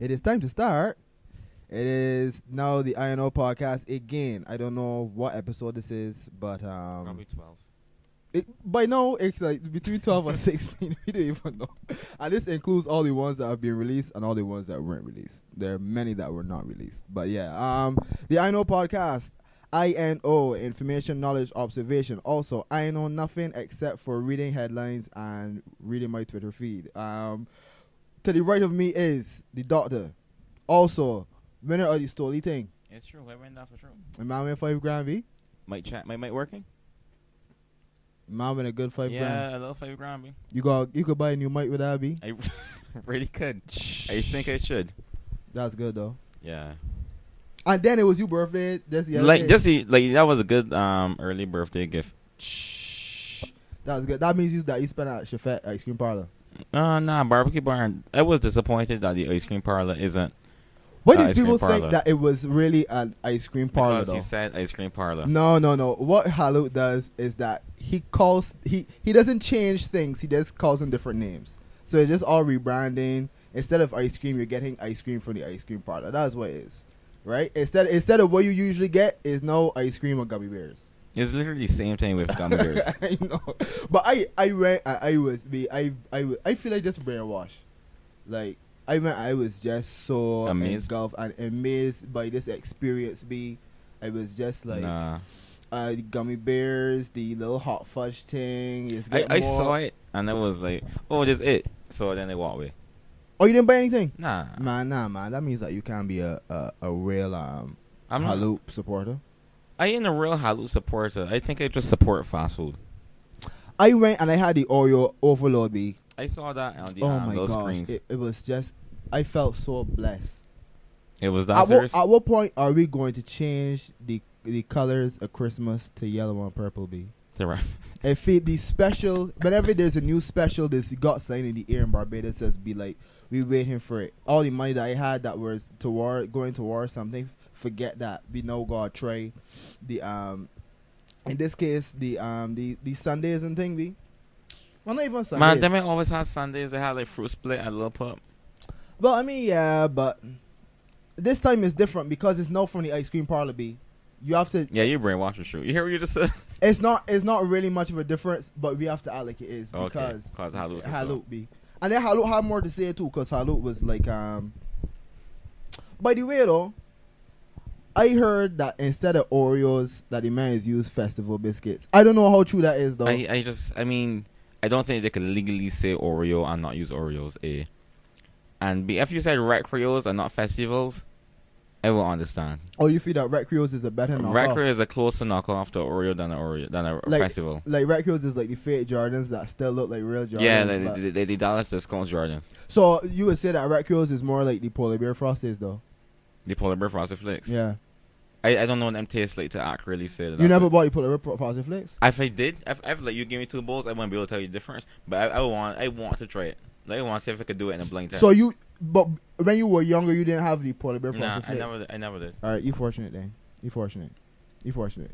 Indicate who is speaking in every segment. Speaker 1: It is time to start. It is now the INO podcast again. I don't know what episode this is, but um,
Speaker 2: Probably 12.
Speaker 1: it, by now it's like between twelve and sixteen. We don't even know, and this includes all the ones that have been released and all the ones that weren't released. There are many that were not released, but yeah, um, the INO podcast. INO, information, knowledge, observation. Also, I know nothing except for reading headlines and reading my Twitter feed. Um, to the right of me is the doctor. Also, winner of the story thing.
Speaker 2: It's true. I ran off the room.
Speaker 1: And man went five grand, V.
Speaker 2: Mic chat. My mic working?
Speaker 1: Man went a good five
Speaker 2: yeah,
Speaker 1: grand.
Speaker 2: a little five grand. B.
Speaker 1: You got you could buy a new mic with that, B.
Speaker 2: I really could. I think I should.
Speaker 1: That's good though.
Speaker 2: Yeah.
Speaker 1: And then it was your birthday. That's the other
Speaker 2: like
Speaker 1: day.
Speaker 2: just the- like that was a good um early birthday gift.
Speaker 1: That's good. That means you that you spent at Chefette ice cream parlor.
Speaker 2: Uh nah, barbecue barn. I was disappointed that the ice cream parlor isn't
Speaker 1: What
Speaker 2: Uh,
Speaker 1: did
Speaker 2: ice cream
Speaker 1: people
Speaker 2: parlor.
Speaker 1: think that it was really an ice cream parlor
Speaker 2: because he
Speaker 1: though?
Speaker 2: said ice cream parlor.
Speaker 1: No, no, no. What Halu does is that he calls he he doesn't change things. He just calls them different names. So it's just all rebranding. Instead of ice cream, you're getting ice cream from the ice cream parlor. That's what it is, right? Instead instead of what you usually get is no ice cream or gummy bears.
Speaker 2: It's literally the same thing with gummy bears.
Speaker 1: I know, but I I went I, I was me I I was- I feel like just brainwashed, like. I mean, I was just so
Speaker 2: Amazed.
Speaker 1: engulfed and amazed by this experience. Me, I was just like,
Speaker 2: nah.
Speaker 1: uh, the gummy bears, the little hot fudge thing. It's
Speaker 2: I,
Speaker 1: getting
Speaker 2: I
Speaker 1: more-
Speaker 2: saw it and I was like, Oh, this it. So then they walked away.
Speaker 1: Oh, you didn't buy anything?
Speaker 2: Nah.
Speaker 1: Man, nah, man. That means that you can't be a, a, a real um
Speaker 2: I'm not
Speaker 1: Haloop supporter.
Speaker 2: I ain't a real Halu supporter. I think I just support fast food.
Speaker 1: I went and I had the Oreo overload. B.
Speaker 2: I saw that on the
Speaker 1: oh
Speaker 2: um,
Speaker 1: my
Speaker 2: those
Speaker 1: gosh,
Speaker 2: screens. It,
Speaker 1: it, it was just. I felt so blessed.
Speaker 2: was that
Speaker 1: At what,
Speaker 2: serious.
Speaker 1: at what point are we going to change the the colors of Christmas to yellow and purple? B.
Speaker 2: They were-
Speaker 1: If it the special, whenever there's a new special, this got sign in the air in Barbados says be like, we waiting for it. All the money that I had that was toward going towards something, forget that. Be no God Trey, the um, in this case the um the the Sundays and thing be. Well, not even Sundays.
Speaker 2: Man, them ain't always had Sundays. They had like fruit split and little pup.
Speaker 1: Well, I mean, yeah, but this time is different because it's not from the ice cream parlor. B, you have to.
Speaker 2: Yeah, you brainwashing shoot. You hear what you just said?
Speaker 1: It's not. It's not really much of a difference, but we have to act like it is because
Speaker 2: okay, cause Halu.
Speaker 1: Halut be. And then Halut had more to say too, cause Halut was like, um. By the way, though, I heard that instead of Oreos, that the man is used festival biscuits. I don't know how true that is though.
Speaker 2: I, I just, I mean, I don't think they could legally say Oreo and not use Oreos. A and B. If you said recreos and not festivals, I will understand.
Speaker 1: oh, you feel that Recreos is a better knockoff.
Speaker 2: Recreo is a closer knockoff to Oreo than a Oreo than a
Speaker 1: Like,
Speaker 2: festival.
Speaker 1: like Recreos is like the fake Jordans that still look like real Jordans.
Speaker 2: yeah,
Speaker 1: but-
Speaker 2: they, they, they, they Dallas discounts Jordans.
Speaker 1: so you would say that Recreos is more like the polar bear frosties though.
Speaker 2: The polar bear frosted flakes.
Speaker 1: Yeah.
Speaker 2: I, I don't know what them taste like to accurately say that.
Speaker 1: you never bought the polar bear frosted flakes.
Speaker 2: If I did, if, if like you give me two bowls, I wouldn't be able to tell you the difference. But I, I want, I want to try it. Like, I want to see if I could do it in a blind test.
Speaker 1: So you, but when you were younger, you didn't have the polar bear frosted
Speaker 2: nah, I
Speaker 1: flakes.
Speaker 2: never, I never did.
Speaker 1: All right, you fortunate then. You fortunate. You fortunate.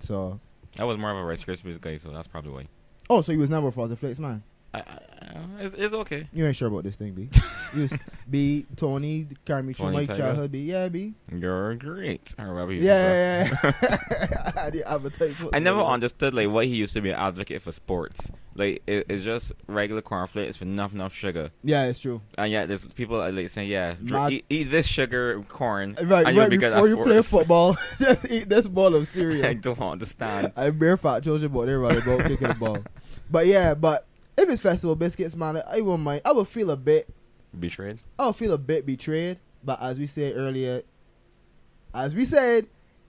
Speaker 1: So,
Speaker 2: I was more of a Rice Krispies guy, so that's probably why.
Speaker 1: oh, so you was never Frosted Flakes, man.
Speaker 2: I, I, it's, it's okay.
Speaker 1: You ain't sure about this thing, B. you was, B, Tony, carry me through
Speaker 2: Tony
Speaker 1: my
Speaker 2: Tiger.
Speaker 1: childhood, B. Yeah, B.
Speaker 2: You're great. Or whatever you used to
Speaker 1: Yeah,
Speaker 2: say.
Speaker 1: yeah, yeah. I did advertise what-
Speaker 2: I never understood like why he used to be an advocate for sports. Like it, it's just regular cornflakes with enough enough sugar,
Speaker 1: Yeah, it's true.
Speaker 2: and yet there's people that, like saying, "Yeah, dr-
Speaker 1: Mad-
Speaker 2: eat, eat this sugar corn,
Speaker 1: Right,
Speaker 2: and
Speaker 1: right
Speaker 2: you'll be good at
Speaker 1: before you play
Speaker 2: sports."
Speaker 1: football, just eat this ball of
Speaker 2: I
Speaker 1: cereal.
Speaker 2: don't understand.
Speaker 1: I bare fat children about everybody about kicking the ball. But yeah, but if it's festival biscuits, man, I won't mind. I would feel a bit
Speaker 2: Betrayed.
Speaker 1: I'll feel a bit betrayed, but as we said earlier, as we said,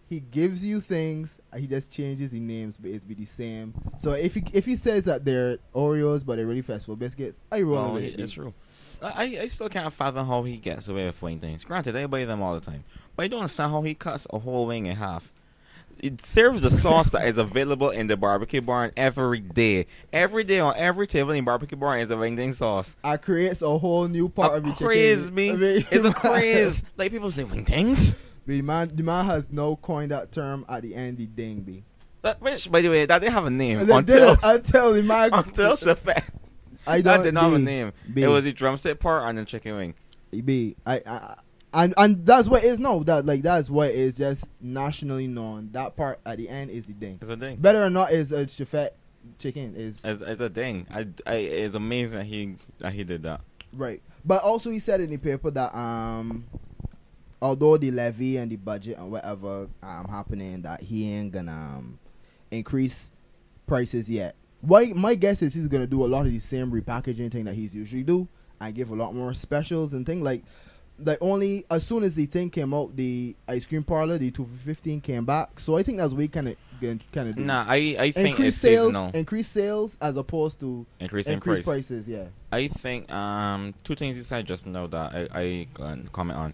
Speaker 1: he gives you things, and he just changes the names, but it's be the same. So if he if he says that they're Oreos, but they're really festival biscuits, I roll
Speaker 2: Well,
Speaker 1: with
Speaker 2: Oh, yeah,
Speaker 1: it.
Speaker 2: it's
Speaker 1: B.
Speaker 2: true. I, I- I still can't fathom how he gets away with wing things. Granted, I buy them all the time, but I don't understand how he cuts a whole wing in half. It serves the sauce that is available in the barbecue barn every day. Every day on every table in barbecue barn is a wing thing sauce.
Speaker 1: I creates a whole new part
Speaker 2: a
Speaker 1: of the chicken.
Speaker 2: craze, me.
Speaker 1: I mean,
Speaker 2: it's a craze. Like people say, wing things.
Speaker 1: The man, the man has no coined that term at the end. The ding be.
Speaker 2: That which, by the way, that didn't have a name
Speaker 1: Until,
Speaker 2: until
Speaker 1: until the man,
Speaker 2: until Chef.
Speaker 1: I
Speaker 2: That
Speaker 1: don't
Speaker 2: did not have a
Speaker 1: B.
Speaker 2: name.
Speaker 1: B.
Speaker 2: It was the drumstick part and the chicken wing.
Speaker 1: it be I, I and and that's what it is now. That like that's what it is just nationally known. That part at the end is the thing.
Speaker 2: It's a thing.
Speaker 1: Better or not is a Shafet chicken is
Speaker 2: It's, it's a thing. I, I, it's amazing that he that he did that.
Speaker 1: right. But also he said in the paper that um although the levy and the budget and whatever um happening that he ain't gonna um, increase prices yet. Why my guess is he's gonna do a lot of the same repackaging thing that he's usually do and give a lot more specials and thing like like only as soon as the thing came out the ice cream parlor the 215 came back so I think that's what he kind of kind of do
Speaker 2: Nah, I, I think
Speaker 1: increase
Speaker 2: it's
Speaker 1: sales
Speaker 2: seasonal.
Speaker 1: increase sales as opposed to
Speaker 2: Increase in
Speaker 1: increase
Speaker 2: price.
Speaker 1: prices yeah
Speaker 2: I think um two things you said just now that I, I can comment on.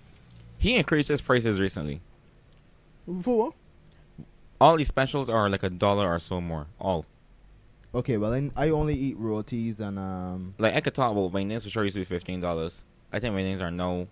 Speaker 2: He increased his prices recently.
Speaker 1: for what
Speaker 2: All these specials are like a dollar or so more. All.
Speaker 1: Okay, well, I, I only eat royalties and um.
Speaker 2: Like I could talk about my nails for sure used to be fifteen dollars. I think my nails are now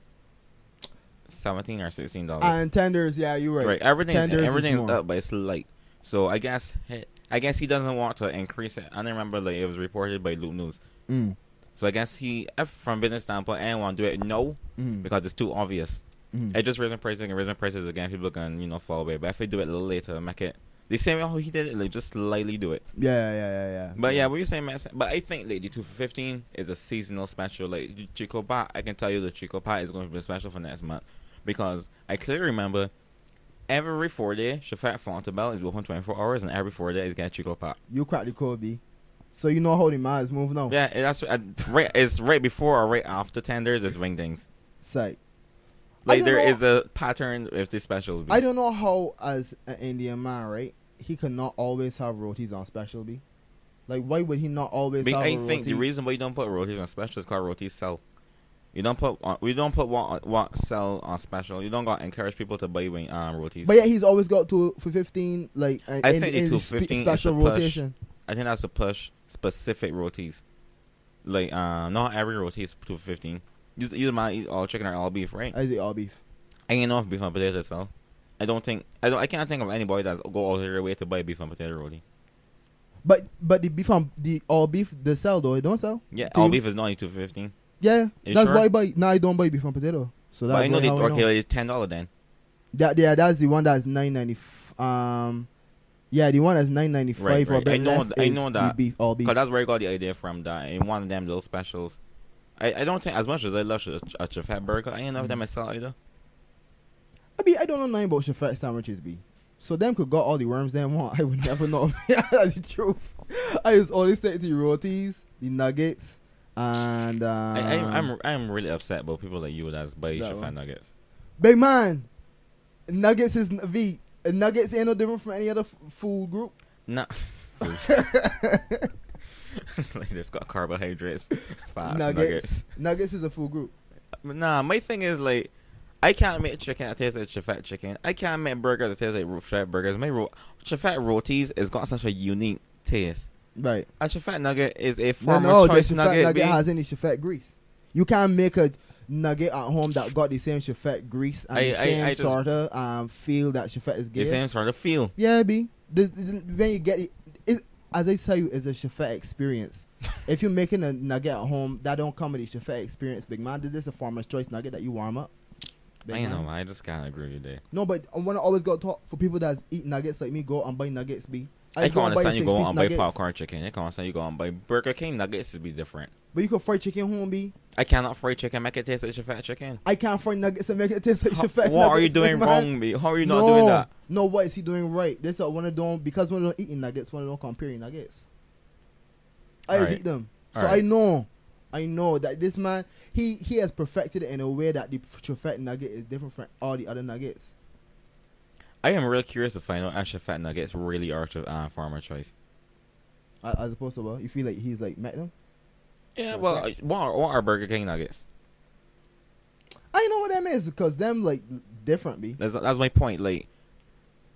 Speaker 2: seventeen or sixteen dollars.
Speaker 1: And tenders, yeah, you're right.
Speaker 2: Right. Everything's
Speaker 1: Tenders is
Speaker 2: everything's
Speaker 1: more.
Speaker 2: up, but it's light. So I guess he- I guess he doesn't want to increase it. I don't remember like it was reported by Loop News.
Speaker 1: Mm,
Speaker 2: So I guess he, if from business standpoint, and want to do it no
Speaker 1: mm,
Speaker 2: because it's too obvious.
Speaker 1: mm.
Speaker 2: It just raising prices and raising prices again. People can you know fall away. But if they do it a little later, make it the same way how he did it, like just slightly do it.
Speaker 1: Yeah, yeah, yeah, yeah.
Speaker 2: But yeah, what you saying, Matt? But I think like the two for fifteen is a seasonal special. Like the Chico Pot, I can tell you the Chico Pot is going to be a special for next month because I clearly remember every four day Shafat Fontabelle is open twenty four hours, and every four days get Chico Pot.
Speaker 1: you cracked the code, B. So you know how the man is moving now.
Speaker 2: Yeah, and that's uh, right. It's right before or right after tenders is wingdings.
Speaker 1: Psych. I
Speaker 2: Like
Speaker 1: don't
Speaker 2: there
Speaker 1: know-
Speaker 2: is a pattern with the specials. B.
Speaker 1: I don't know how, as an Indian man, right, he could not always have royalties on special, B. Like, why would he not always
Speaker 2: Be-
Speaker 1: have
Speaker 2: I
Speaker 1: a
Speaker 2: think
Speaker 1: roti?
Speaker 2: the reason why you don't put rotis on special is called roti sell. You don't put on, we don't put what what sell on special. You don't got to encourage people to buy wing um rotis.
Speaker 1: But yeah, he's always got to for fifteen, like uh,
Speaker 2: I
Speaker 1: in,
Speaker 2: think the
Speaker 1: in his
Speaker 2: 215 is
Speaker 1: special
Speaker 2: a push.
Speaker 1: rotation.
Speaker 2: I think that's to push specific rotis. Like um, not every roti is two for fifteen. You you might eat all chicken or all beef, right? I,
Speaker 1: I say all beef.
Speaker 2: ain't know if beef and potato sell. I don't think I don't I can't think of anybody that's go all their way to buy beef and potato roti.
Speaker 1: But but the beef on the all beef they sell though. It don't sell.
Speaker 2: Yeah,
Speaker 1: Do
Speaker 2: all
Speaker 1: you-
Speaker 2: beef is not only two for fifteen.
Speaker 1: Yeah,
Speaker 2: You
Speaker 1: that's
Speaker 2: sure?
Speaker 1: why I buy. Now I don't buy beef and potato. So
Speaker 2: But
Speaker 1: that's
Speaker 2: I know
Speaker 1: why
Speaker 2: they
Speaker 1: how I know.
Speaker 2: okay, it's ten dollar then.
Speaker 1: That yeah, that's the one that's nine ninety. Um, yeah, the one that's nine ninety five
Speaker 2: Right,
Speaker 1: or
Speaker 2: right.
Speaker 1: a bit
Speaker 2: I know
Speaker 1: less
Speaker 2: th- I
Speaker 1: is
Speaker 2: know
Speaker 1: the
Speaker 2: that.
Speaker 1: beef all beef.
Speaker 2: Because that's where I got the idea from. That in one of them little specials, I, I don't think as much as I love sh- a Chafat burger, I ain't know if
Speaker 1: Mm.
Speaker 2: them myself either.
Speaker 1: I mean, I don't know nothing about Shafat sandwiches, be. So them could got all the worms they want. I would never know. that's the truth. I just always take the rotis, the nuggets, and um,
Speaker 2: I, I, I'm I'm really upset about people like you that's buy
Speaker 1: That
Speaker 2: Chafat
Speaker 1: one.
Speaker 2: nuggets.
Speaker 1: big man. Nuggets is n- V. Nuggets ain't no different from any other f- food group.
Speaker 2: Nah. like there's got carbohydrates, fats, nuggets.
Speaker 1: Nuggets. Nuggets is a food group.
Speaker 2: But Nah, my thing is like. I can't make chicken that tastes like Chafat chicken. I can't make burgers that taste like ro- Chafat burgers. My ro- Chafat rotis has got such a unique taste.
Speaker 1: Right.
Speaker 2: A Chafat nugget is a
Speaker 1: No,
Speaker 2: form
Speaker 1: no,
Speaker 2: of
Speaker 1: the
Speaker 2: choice
Speaker 1: Shafat
Speaker 2: nugget.
Speaker 1: nugget,
Speaker 2: B.
Speaker 1: has any Shafat grease. You can't make a nugget at home that got the same Shafat grease and
Speaker 2: I-
Speaker 1: the
Speaker 2: I-
Speaker 1: same
Speaker 2: I just-
Speaker 1: sort of um, feel that Shafat is
Speaker 2: the
Speaker 1: getting.
Speaker 2: same sort of feel.
Speaker 1: Yeah, B. The, the- when you get it, it, as I tell you, it's a Shafat experience. if you're making a nugget at home, that don't come with the Shafat experience, big man. This is a farmer's choice nugget that you warm up. big
Speaker 2: I
Speaker 1: man.
Speaker 2: know. I just can't agree with you there.
Speaker 1: No, but I want to always go talk for people that eat nuggets like me, go and buy nuggets, B.
Speaker 2: I,
Speaker 1: just
Speaker 2: can
Speaker 1: and buy
Speaker 2: understand you go
Speaker 1: six-piece
Speaker 2: on buy
Speaker 1: nuggets,
Speaker 2: popcorn chicken. I can understand you go on buy Burger King nuggets to be different.
Speaker 1: But you can fry chicken home, B.
Speaker 2: I cannot fry chicken. Make it taste like fat chicken.
Speaker 1: I can't find nuggets and make it taste like
Speaker 2: Ho-
Speaker 1: Shafat.
Speaker 2: what are you
Speaker 1: nuggets, big
Speaker 2: doing
Speaker 1: man.
Speaker 2: wrong, me? How are you not
Speaker 1: no,
Speaker 2: doing that?
Speaker 1: No, what is he doing right? This is one of them because one of them eating nuggets, one of them comparing nuggets. I just
Speaker 2: Alright.
Speaker 1: eat them, so
Speaker 2: Alright.
Speaker 1: I know, I know that this man he he has perfected it in a way that the Shafat nugget is different from all the other nuggets.
Speaker 2: I am real curious to find out actually fat nuggets really are to uh, farmer choice.
Speaker 1: A- As opposed to what you feel like he's like met them.
Speaker 2: Yeah,
Speaker 1: What's
Speaker 2: well,
Speaker 1: that?
Speaker 2: uh, what are, what are Burger King nuggets?
Speaker 1: I know what that means because them like different be
Speaker 2: That's that's my point. Like,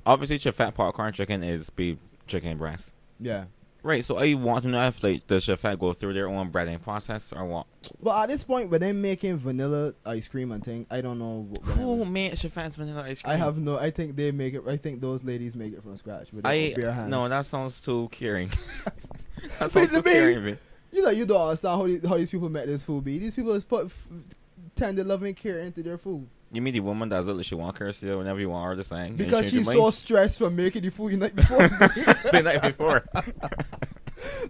Speaker 2: obviously, fat popcorn chicken is be chicken breast.
Speaker 1: yeah.
Speaker 2: Right, so I want to know if like does fat go through their own breading process or what?
Speaker 1: But at this point, when they're making vanilla ice cream and thing, I don't know. What, what that
Speaker 2: Who
Speaker 1: means.
Speaker 2: made Chefet's vanilla ice cream?
Speaker 1: I have no. I think they make it. I think those ladies make it from scratch with their
Speaker 2: I
Speaker 1: own bare hands.
Speaker 2: no, that sounds too caring. that
Speaker 1: Please
Speaker 2: sounds too
Speaker 1: be-
Speaker 2: caring. man.
Speaker 1: You know, you don't understand how, the, how these people met this food be. These people has put f- tender, loving care into their food
Speaker 2: You mean the woman that's literally she want curse you whenever you want her to sing? and
Speaker 1: because
Speaker 2: change your
Speaker 1: she's
Speaker 2: mind?
Speaker 1: so stressed from making the food the night before.
Speaker 2: the night before.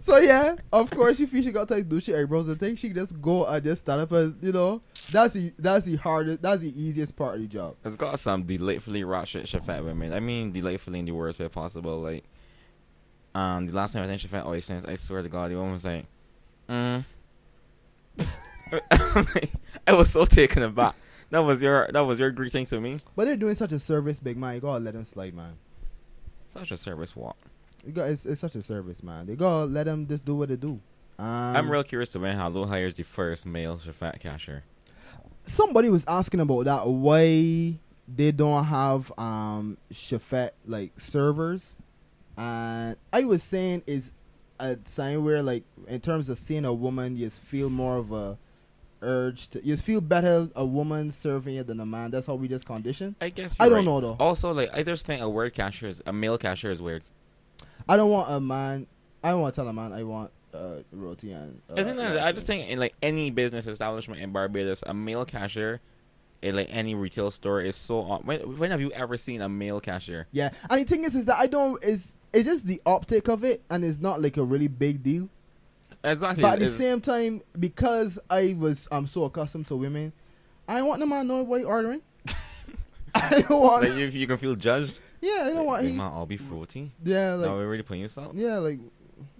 Speaker 1: so yeah, of course, if she got to do she eyebrows and things, she can just go and just stand up and you know that's the that's the hardest, that's the easiest part of the job.
Speaker 2: It's got some delightfully rot shit she fat women. I mean, delightfully in the worst way possible. Like, um, the last time I think she fat oysters, I swear to God, the woman was like, mm. I was so taken aback. That was your that was your greeting to me.
Speaker 1: But they're doing such a service, big man. You gotta let them slide, man.
Speaker 2: Such a service walk.
Speaker 1: You got it's, it's such a service, man. They gotta let them just do what they do. Um,
Speaker 2: I'm real curious to when Hello hires the first male she fat cashier.
Speaker 1: Somebody was asking about that why they don't have um Shafet like servers, and I was saying is a sign where like in terms of seeing a woman, you just feel more of a urge to you just feel better a woman serving you than a man. That's how we just condition.
Speaker 2: I guess
Speaker 1: I
Speaker 2: you're
Speaker 1: don't
Speaker 2: right.
Speaker 1: know though.
Speaker 2: Also, like I just think a word cashier is a male cashier is weird.
Speaker 1: I don't want a man. I don't want to tell a man I want uh roti and. Uh,
Speaker 2: I think that I just think in like any business establishment in Barbados, a male cashier in like any retail store is so. odd. When, when have you ever seen a male cashier?
Speaker 1: Yeah, and the thing is, is that I don't. Is it's just the optic of it, and it's not like a really big deal.
Speaker 2: Exactly.
Speaker 1: But at the
Speaker 2: it's-
Speaker 1: same time, because I was, I'm so accustomed to women, I don't want them to know why you're ordering. I don't want.
Speaker 2: like you, you can feel judged.
Speaker 1: yeah, I don't want.
Speaker 2: Like,
Speaker 1: He,
Speaker 2: man, I'll be fruity.
Speaker 1: yeah,
Speaker 2: now
Speaker 1: like
Speaker 2: we're really putting yourself.
Speaker 1: yeah, like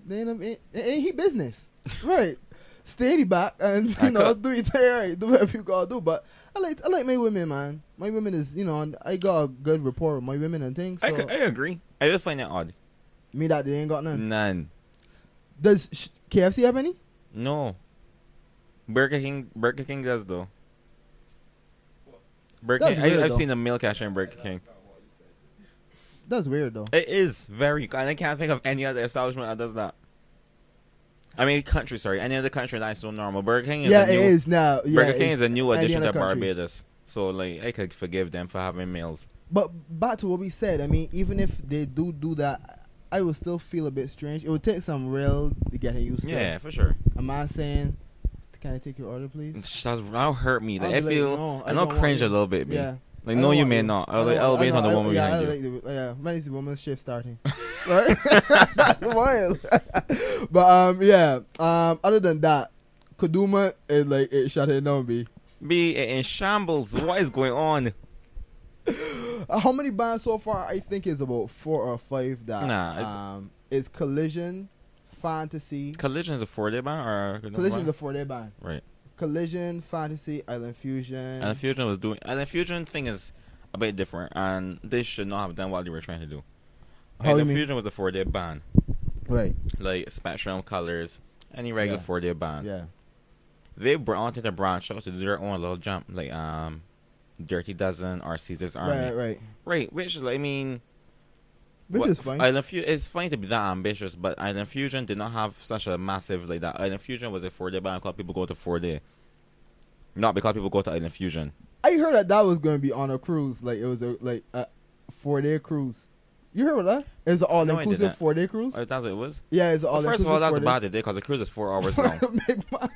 Speaker 1: they ain't, ain't, ain't he business, right? Stay in the back and you
Speaker 2: I
Speaker 1: know
Speaker 2: cut.
Speaker 1: do it right, do whatever you gotta do. But I like I like my women, man. My women is you know and I got a good rapport with my women and things.
Speaker 2: I,
Speaker 1: So
Speaker 2: c- I agree. I just find that odd.
Speaker 1: me that they ain't got none.
Speaker 2: None.
Speaker 1: Does sh- KFC have any?
Speaker 2: No. Burger King. Burger King does though. Burger
Speaker 1: That's
Speaker 2: King.
Speaker 1: weird,
Speaker 2: I, I've
Speaker 1: though.
Speaker 2: seen a male cashier in Burger King.
Speaker 1: That's weird though.
Speaker 2: It is very. And I can't think of any other establishment that does that. I mean, country. Sorry, any other country that's so normal. Burger King is
Speaker 1: Yeah,
Speaker 2: a new,
Speaker 1: it is now. Yeah,
Speaker 2: Burger King
Speaker 1: it's-
Speaker 2: is a new addition
Speaker 1: Indiana
Speaker 2: to
Speaker 1: country.
Speaker 2: Barbados. So like, I could forgive them for having meals.
Speaker 1: But back to what we said. I mean, even if they do do that, I would still feel a bit strange. It would take some real to get used to.
Speaker 2: Yeah, for sure.
Speaker 1: Am I saying, can I take your order, please?
Speaker 2: That's that'll hurt me. Like,
Speaker 1: I'll
Speaker 2: I
Speaker 1: be like,
Speaker 2: feel
Speaker 1: no, I
Speaker 2: I know
Speaker 1: don't want
Speaker 2: cringe
Speaker 1: you.
Speaker 2: a little bit. B.
Speaker 1: Yeah.
Speaker 2: Like
Speaker 1: I
Speaker 2: no,
Speaker 1: don't
Speaker 2: you
Speaker 1: want
Speaker 2: may
Speaker 1: you.
Speaker 2: not.
Speaker 1: I
Speaker 2: I'll,
Speaker 1: don't
Speaker 2: like,
Speaker 1: want-
Speaker 2: I'll
Speaker 1: I
Speaker 2: wait
Speaker 1: know,
Speaker 2: on the
Speaker 1: I-
Speaker 2: woman
Speaker 1: yeah,
Speaker 2: behind
Speaker 1: I
Speaker 2: you.
Speaker 1: like the- yeah, when is the woman's shift starting? Right? Wild. but um, yeah. Um, other than that, Kaduma is like it shut it down. B.
Speaker 2: B in shambles. What is going on?
Speaker 1: Uh, how many bands so far? I think is about four or five. That
Speaker 2: Nah, it's-
Speaker 1: um, it's collision, fantasy,
Speaker 2: Collision is a four day ban or
Speaker 1: collision is the four day band.
Speaker 2: right.
Speaker 1: Collision, Fantasy, Island Fusion.
Speaker 2: And Fusion was doing. And the Fusion thing is a bit different, and they should not have done what they were trying to do.
Speaker 1: How
Speaker 2: Like,
Speaker 1: you
Speaker 2: the
Speaker 1: mean?
Speaker 2: Fusion was a four day ban,
Speaker 1: right.
Speaker 2: like Spectrum Colors, any regular
Speaker 1: Yeah.
Speaker 2: four day ban.
Speaker 1: Yeah.
Speaker 2: They brought onto the branch out to do their own little jump, like um, Dirty Dozen or Caesar's Army,
Speaker 1: Right,
Speaker 2: right?
Speaker 1: right.
Speaker 2: which like, I mean,
Speaker 1: Which
Speaker 2: what-
Speaker 1: is fine.
Speaker 2: Island Fusion, it's fine to be that ambitious, but Island Fusion did not have such a massive like that. Island Fusion was a four day ban because people go to four day, not because people go to Island Fusion.
Speaker 1: I heard that that was going to be on a cruise. Like, it was a like a four day cruise. You heard of that? It's an all inclusive
Speaker 2: didn't.
Speaker 1: four day cruise?
Speaker 2: Oh, that's what it was.
Speaker 1: yeah, it's an all
Speaker 2: Well, first
Speaker 1: inclusive
Speaker 2: of all, that's a
Speaker 1: four-day-
Speaker 2: bad idea because the cruise is four hours long,
Speaker 1: Big man,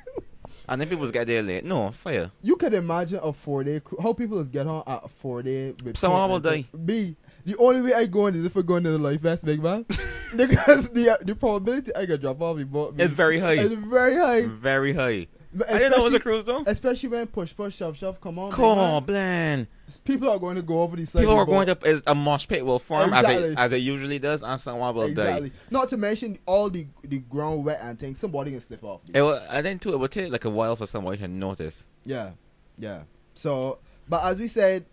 Speaker 2: and then people get there late. No, fire.
Speaker 1: you can imagine a four day cruise. How people just get on at a four day. with
Speaker 2: Someone
Speaker 1: paint
Speaker 2: will
Speaker 1: and
Speaker 2: die.
Speaker 1: thing. B. The only way I go in is if I go into the life vest, big man. because the uh, the probability I could drop off the boat
Speaker 2: It's very high,
Speaker 1: it's very high.
Speaker 2: very high. I didn't know it was a
Speaker 1: Especially-
Speaker 2: cruise though.
Speaker 1: Especially when push, push, shove, shove come on.
Speaker 2: Come
Speaker 1: big man.
Speaker 2: on, Bland.
Speaker 1: People are going to go over the side.
Speaker 2: People
Speaker 1: of
Speaker 2: are
Speaker 1: the
Speaker 2: going
Speaker 1: boat.
Speaker 2: to is a mosh pit will form as
Speaker 1: Exactly.
Speaker 2: it as it usually does, and someone will
Speaker 1: Exactly.
Speaker 2: die.
Speaker 1: Not to mention all the the ground wet and things. Somebody can slip off.
Speaker 2: It will, and then too, it will take like a while for someone to notice.
Speaker 1: Yeah, yeah. So, but as we said,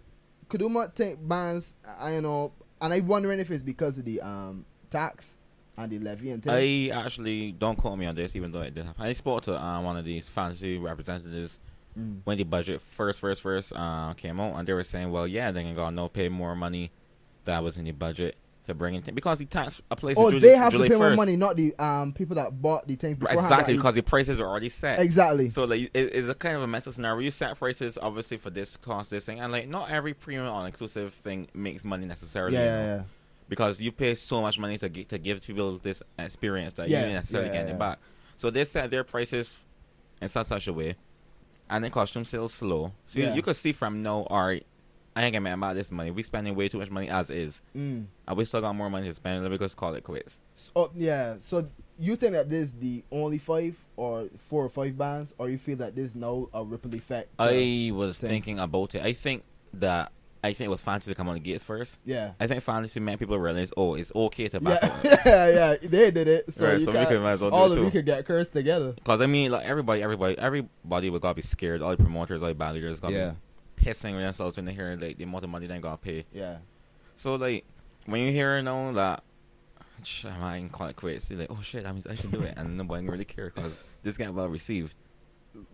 Speaker 1: Kaduma take bans. I you know, and I'm wondering if it's because of the um tax and the levy and things.
Speaker 2: I actually don't quote me on this, even though it did happen. I spoke to um, one of these fantasy representatives
Speaker 1: Mm.
Speaker 2: when the budget first, first, first uh, came out, and they were saying, "Well, yeah, they're gonna no pay more money that was in the budget to bring in t- because the tax a place
Speaker 1: Oh,
Speaker 2: July,
Speaker 1: they have
Speaker 2: July
Speaker 1: to pay
Speaker 2: 1st.
Speaker 1: more money, not the um people that bought the things
Speaker 2: Right,
Speaker 1: beforehand.
Speaker 2: exactly
Speaker 1: that
Speaker 2: because the prices are already set.
Speaker 1: exactly.
Speaker 2: So like it, it's a kind of a messy scenario. You set prices obviously for this cost, this thing, and like not every premium all inclusive thing makes money
Speaker 1: yeah,
Speaker 2: necessarily. you know,
Speaker 1: yeah,
Speaker 2: Because you pay so much money to get, to give people this experience that
Speaker 1: Yeah,
Speaker 2: you don't necessarily
Speaker 1: yeah,
Speaker 2: get
Speaker 1: yeah.
Speaker 2: it back. So they set their prices in such such a way and the costume sales slow. So you,
Speaker 1: Yeah.
Speaker 2: you could see from now, all right, I ain't gonna make about this money. We spending way too much money as is.
Speaker 1: Mm.
Speaker 2: And we still got more money to spend. Let me just call it quits.
Speaker 1: So, oh, yeah. So you think that this the only five or four or five bands, or you feel that there's no a ripple effect? to-
Speaker 2: I was
Speaker 1: Same.
Speaker 2: thinking about it. I think that I think it was fantasy to come on the gates first.
Speaker 1: yeah.
Speaker 2: I think fantasy made people realize, oh, it's okay to back
Speaker 1: Yeah,
Speaker 2: out.
Speaker 1: yeah, yeah. They did it, so,
Speaker 2: Right,
Speaker 1: you
Speaker 2: so we
Speaker 1: can't-
Speaker 2: could might as well do
Speaker 1: all
Speaker 2: it
Speaker 1: of
Speaker 2: too.
Speaker 1: we could get cursed together.
Speaker 2: Because I mean, like everybody, everybody, everybody would gotta be scared. All the promoters, all the band leaders, gotta
Speaker 1: Yeah.
Speaker 2: be pissing with themselves when they hear like the amount of money they gotta pay.
Speaker 1: Yeah,
Speaker 2: So like when you hear now that shit, I might even call it quits. You're like, oh shit, that means I should do it, and nobody really care because this got well received.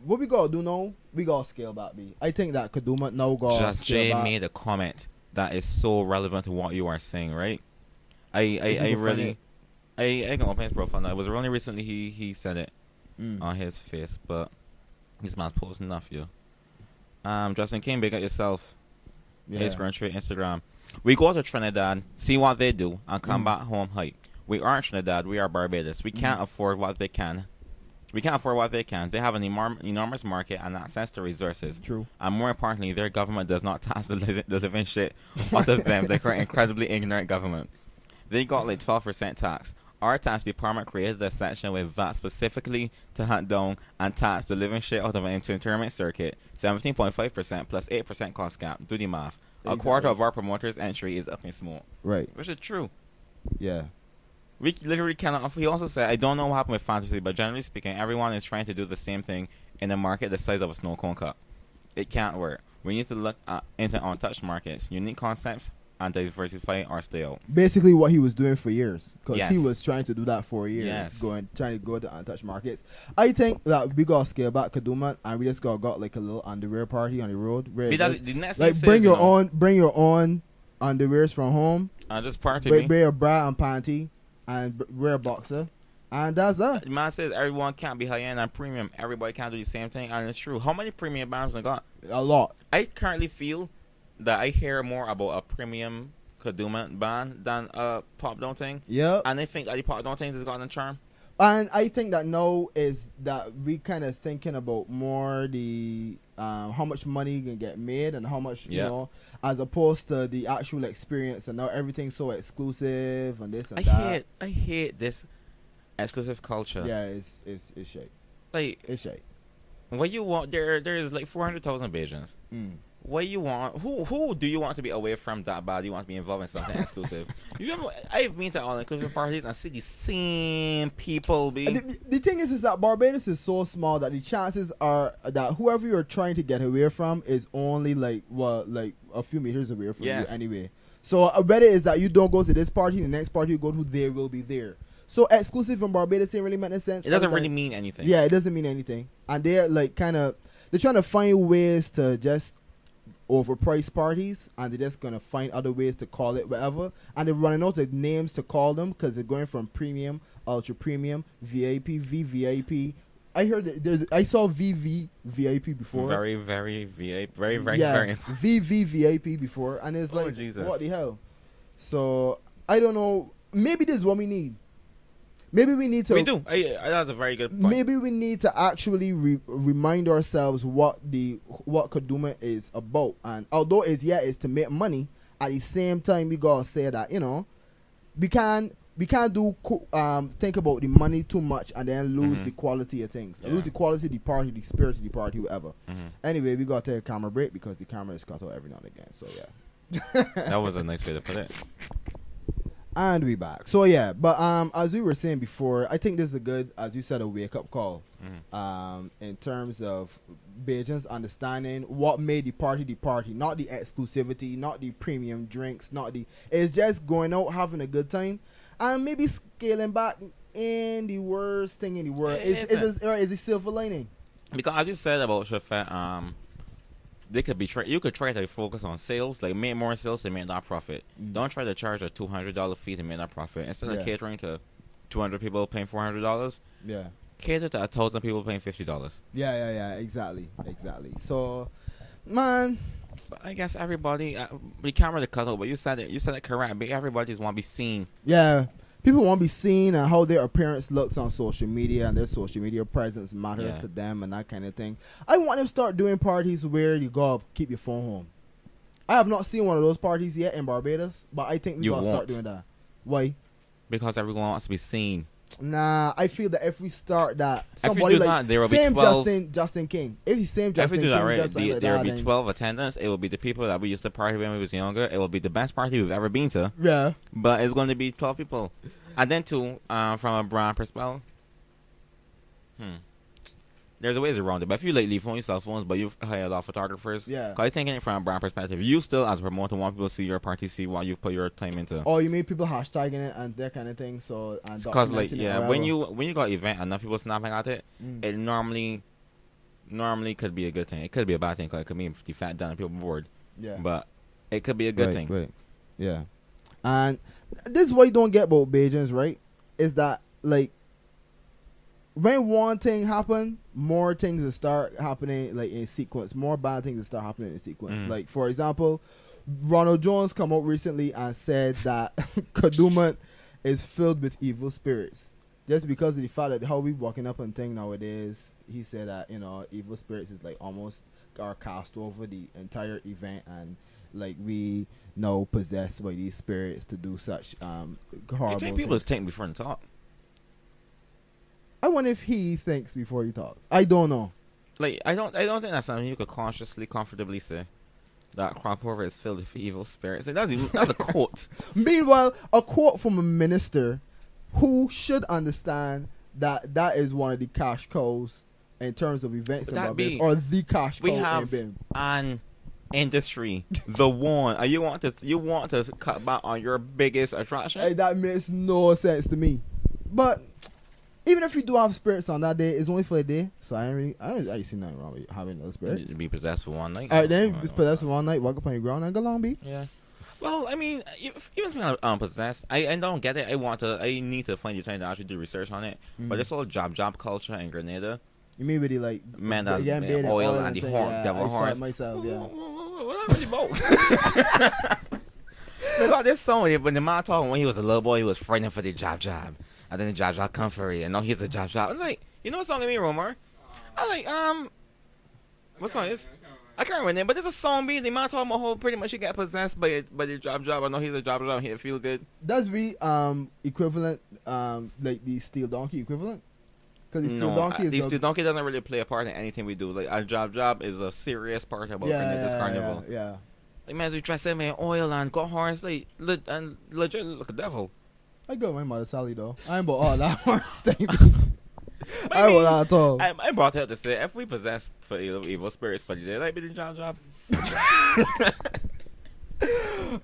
Speaker 1: what we gotta do now? We gotta scale back. B. I think that Kaduma now gotta
Speaker 2: Just
Speaker 1: scale
Speaker 2: Jay
Speaker 1: back.
Speaker 2: made a comment that is so relevant to what you are saying, right? I I,
Speaker 1: If you
Speaker 2: I
Speaker 1: can find
Speaker 2: really
Speaker 1: it.
Speaker 2: I I can open his profile now. It was only recently he he said it.
Speaker 1: Mm.
Speaker 2: on his face, but this man's posting enough, yo. Um, Justin King, big up yourself.
Speaker 1: Yeah.
Speaker 2: His Instagram, straight Instagram. We go to Trinidad, see what they do, and come
Speaker 1: Mm.
Speaker 2: back home hype. We aren't Trinidad, we are Barbados. We can't afford what they can. We can't afford what they can. They have an enorm- enormous market and access to resources.
Speaker 1: True.
Speaker 2: And more importantly, their government does not tax the, li- the living shit out of them. They're an incredibly ignorant government. They got like 12% tax. Our tax department created a section with VAT specifically to hunt down and tax the living shit out of an interment circuit. 17.5% plus 8% cost cap. Do the math. A quarter
Speaker 1: Exactly.
Speaker 2: of our promoters' entry is up in smoke,
Speaker 1: Right.
Speaker 2: which is true.
Speaker 1: Yeah.
Speaker 2: We literally cannot. He also said, I don't know what happened with fantasy, but generally speaking, everyone is trying to do the same thing in a market the size of a snow cone cup. It can't work. We need to look at, into untouched markets, unique concepts, and diversify our style.
Speaker 1: Basically, what he was doing for years, because he
Speaker 2: Yes.
Speaker 1: was trying to do that for years,
Speaker 2: Yes.
Speaker 1: going trying to go to untouched markets. I think that we gotta scale back Kaduma, and we just gotta got like a little underwear party on the road. Where it's
Speaker 2: Because
Speaker 1: just-
Speaker 2: the next thing
Speaker 1: like
Speaker 2: says,
Speaker 1: bring
Speaker 2: you
Speaker 1: your
Speaker 2: know,
Speaker 1: own, bring your own underwears from home.
Speaker 2: And just party.
Speaker 1: Bring,
Speaker 2: me.
Speaker 1: bring your bra and panty, and b- wear a boxer, and that's that.
Speaker 2: The man says everyone can't be high end and premium. Everybody can't do the same thing, and it's true. How many premium bands I got?
Speaker 1: A lot.
Speaker 2: I currently feel that I hear more about a premium Kaduma band than a pop down thing,
Speaker 1: Yeah.
Speaker 2: and I think that the pop down things has gotten a charm.
Speaker 1: And I think that now is that we kind of thinking about more the um, how much money you can get made and how much you
Speaker 2: Yeah.
Speaker 1: know, as opposed to the actual experience. And now everything's so exclusive and this and
Speaker 2: I
Speaker 1: that.
Speaker 2: hate I hate this exclusive culture.
Speaker 1: Yeah, it's it's it's shake.
Speaker 2: Like
Speaker 1: It's shake.
Speaker 2: what you want there there's like four hundred thousand Bajans.
Speaker 1: Mm.
Speaker 2: What you want who who do you want to be away from that bad? You want to be involved in something exclusive. You know I've been to all inclusive parties and see the same people
Speaker 1: And
Speaker 2: be
Speaker 1: the, the thing is, is that Barbados is so small that the chances are that whoever you're trying to get away from is only like well, like a few meters away from
Speaker 2: Yes.
Speaker 1: you anyway. So I bet it is that you don't go to this party, the next party you go to, they will be there. So exclusive from Barbados ain't really make any sense.
Speaker 2: it doesn't
Speaker 1: other
Speaker 2: really
Speaker 1: than-
Speaker 2: mean anything.
Speaker 1: Yeah, it doesn't mean anything, and they're like kind of they're trying to find ways to just overprice parties, and they're just gonna find other ways to call it whatever, and they're running out of names to call them because they're going from premium, ultra premium, VIP, VVIP. I heard that there's I saw VV VIP before.
Speaker 2: Very, very VIP very, very,
Speaker 1: yeah,
Speaker 2: very
Speaker 1: VVVIP before, and it's
Speaker 2: Oh,
Speaker 1: like
Speaker 2: Jesus.
Speaker 1: what the hell. So I don't know. Maybe this is what we need. Maybe we need to
Speaker 2: We do. I, I, that's a very good point.
Speaker 1: maybe we need to actually re- remind ourselves what the what Kaduma is about. And although it's yeah, it's to make money. At the same time, we gotta say that you know, we can we can't do co- um think about the money too much and then lose
Speaker 2: Mhm.
Speaker 1: the quality of things,
Speaker 2: Yeah.
Speaker 1: lose the quality of the party, the spirit of the party, whatever.
Speaker 2: Mhm.
Speaker 1: Anyway, we gotta take a camera break because the camera is cut out every now and again. So yeah.
Speaker 2: That was a nice way to put it.
Speaker 1: And we back. So yeah, but um, as we were saying before, I think this is a good, as you said, a wake up call,
Speaker 2: Mhm.
Speaker 1: um, in terms of Beijing's understanding what made the party the party, not the exclusivity, not the premium drinks, not the. It's just going out having a good time, and maybe scaling back in the worst thing in the world.
Speaker 2: It
Speaker 1: Is is or is it silver lining?
Speaker 2: Because as you said about Shafet, um, they could be try- you could try to focus on sales, like make more sales to make that profit.
Speaker 1: Mm.
Speaker 2: Don't try to charge a two hundred dollar fee to make that profit. Instead
Speaker 1: Yeah.
Speaker 2: of catering to two hundred people paying four hundred dollars,
Speaker 1: Yeah.
Speaker 2: cater to a thousand people paying fifty dollars.
Speaker 1: Yeah, yeah, yeah. Exactly, exactly. So, man,
Speaker 2: I guess everybody, uh, we can't really cut out, but you said it. You said it correct. But everybody's want to be seen.
Speaker 1: yeah. people want to be seen and how their appearance looks on social media and their social media presence matters
Speaker 2: Yeah.
Speaker 1: to them and that kind of thing. I want them to start doing parties where you go up, keep your phone home. I have not seen one of those parties yet in Barbados, but I think we
Speaker 2: You
Speaker 1: gotta start
Speaker 2: won't.
Speaker 1: doing that. Why?
Speaker 2: because everyone wants to be seen.
Speaker 1: Nah, I feel that if we start that,
Speaker 2: If you
Speaker 1: somebody
Speaker 2: do
Speaker 1: like
Speaker 2: that, there will be
Speaker 1: same
Speaker 2: 12
Speaker 1: Justin Justin King. If you same
Speaker 2: If
Speaker 1: Justin
Speaker 2: we do
Speaker 1: King,
Speaker 2: that right,
Speaker 1: does something
Speaker 2: the,
Speaker 1: like
Speaker 2: there will
Speaker 1: that,
Speaker 2: be
Speaker 1: then-
Speaker 2: twelve attendants. It will be the people that we used to party when we was younger. It will be the best party we've ever been to.
Speaker 1: Yeah,
Speaker 2: But it's going to be 12 people. And then, too, uh, from a brand perspective, hmm. There's ways around it. But if you like leave phone, your cell phones, but you've hired a lot of photographers.
Speaker 1: Yeah.
Speaker 2: Because thinking it from a brand perspective, you still, as a promoter, want people to see your party, see what you've put your time into.
Speaker 1: or you mean people hashtagging it and that kind of thing. So and
Speaker 2: Because, like,
Speaker 1: documenting it,
Speaker 2: yeah, when
Speaker 1: whatever.
Speaker 2: you when you got an event and enough people snapping at it,
Speaker 1: Mm.
Speaker 2: it normally normally could be a good thing. It could be a bad thing 'cause it could mean the fat down and people bored.
Speaker 1: yeah.
Speaker 2: But it could be a good
Speaker 1: right,
Speaker 2: thing.
Speaker 1: Right. Yeah. And this is what you don't get about Bajans, right? Is that like when one thing happen, more things will start happening like in sequence. More bad things will start happening in sequence.
Speaker 2: Mhm.
Speaker 1: Like for example, Ronald Jones come out recently and said that Kaduman is filled with evil spirits. Just because of the fact that how we walking up on thing nowadays, he said that, you know, evil spirits is like almost are cast over the entire event and like we know possessed by these spirits to do such um horrible
Speaker 2: You think people
Speaker 1: things.
Speaker 2: is taking before the talk?
Speaker 1: I wonder if he thinks before he talks. I don't know.
Speaker 2: Like I don't I don't think that's something you could consciously comfortably say. That Krapover is filled with evil spirits. Like, that's even, that's a quote.
Speaker 1: Meanwhile, a quote from a minister who should understand that that is one of the cash cows in terms of events in
Speaker 2: Would that
Speaker 1: Barbados,
Speaker 2: be-
Speaker 1: or the cash
Speaker 2: we
Speaker 1: cow in
Speaker 2: have-
Speaker 1: Bim.
Speaker 2: An industry, the one. And you want to you want to cut back on your biggest attraction.
Speaker 1: Hey, that makes no sense to me. But even if you do have spirits on that day, it's only for a day. So I don't really, I don't actually see nothing wrong with having those
Speaker 2: You need
Speaker 1: spirits.
Speaker 2: to be possessed for one night.
Speaker 1: All right, then
Speaker 2: Oh,
Speaker 1: just put that for one night, walk up on your ground, and go long beach.
Speaker 2: Yeah. Well, I mean, if- even if I'm um, possessed, I, I don't get it. I want to. I need to find your time to actually do research on it. But this whole job job culture in Grenada,
Speaker 1: You mean really like
Speaker 2: Man, that's
Speaker 1: yeah,
Speaker 2: been
Speaker 1: baited
Speaker 2: oil
Speaker 1: all
Speaker 2: and
Speaker 1: that
Speaker 2: the
Speaker 1: thing,
Speaker 2: horn-
Speaker 1: yeah,
Speaker 2: devil
Speaker 1: I saw it
Speaker 2: horns.
Speaker 1: myself, yeah.
Speaker 2: What happened to Look, there's someone when the man talking when he was a little boy, he was fighting for the job job, and then the job job come for you, and now he's a job job. I'm like, you know what song it mean, Romar? I like, um, what song is? I can't remember, but there's a song being the man talking about whole pretty much he got possessed by it- by the job job. I know he's a job job, he didn't feel good.
Speaker 1: Does we um equivalent um like the steel donkey equivalent? Because the steel
Speaker 2: No,
Speaker 1: donkey
Speaker 2: I-
Speaker 1: is
Speaker 2: these
Speaker 1: the-
Speaker 2: two donkey doesn't really play a part in anything we do. Like a job job is a serious part about
Speaker 1: yeah,
Speaker 2: Grenada's
Speaker 1: yeah,
Speaker 2: carnival.
Speaker 1: yeah, yeah.
Speaker 2: They might as well dress him in oil and got horns, like le- and legit look a devil.
Speaker 1: I go with my mother Sally though. I ain't about all that horse thing.
Speaker 2: But
Speaker 1: I
Speaker 2: I,
Speaker 1: will
Speaker 2: mean,
Speaker 1: not at all.
Speaker 2: I, I brought that up to say if we possess for evil, evil spirits, but they like be the job job.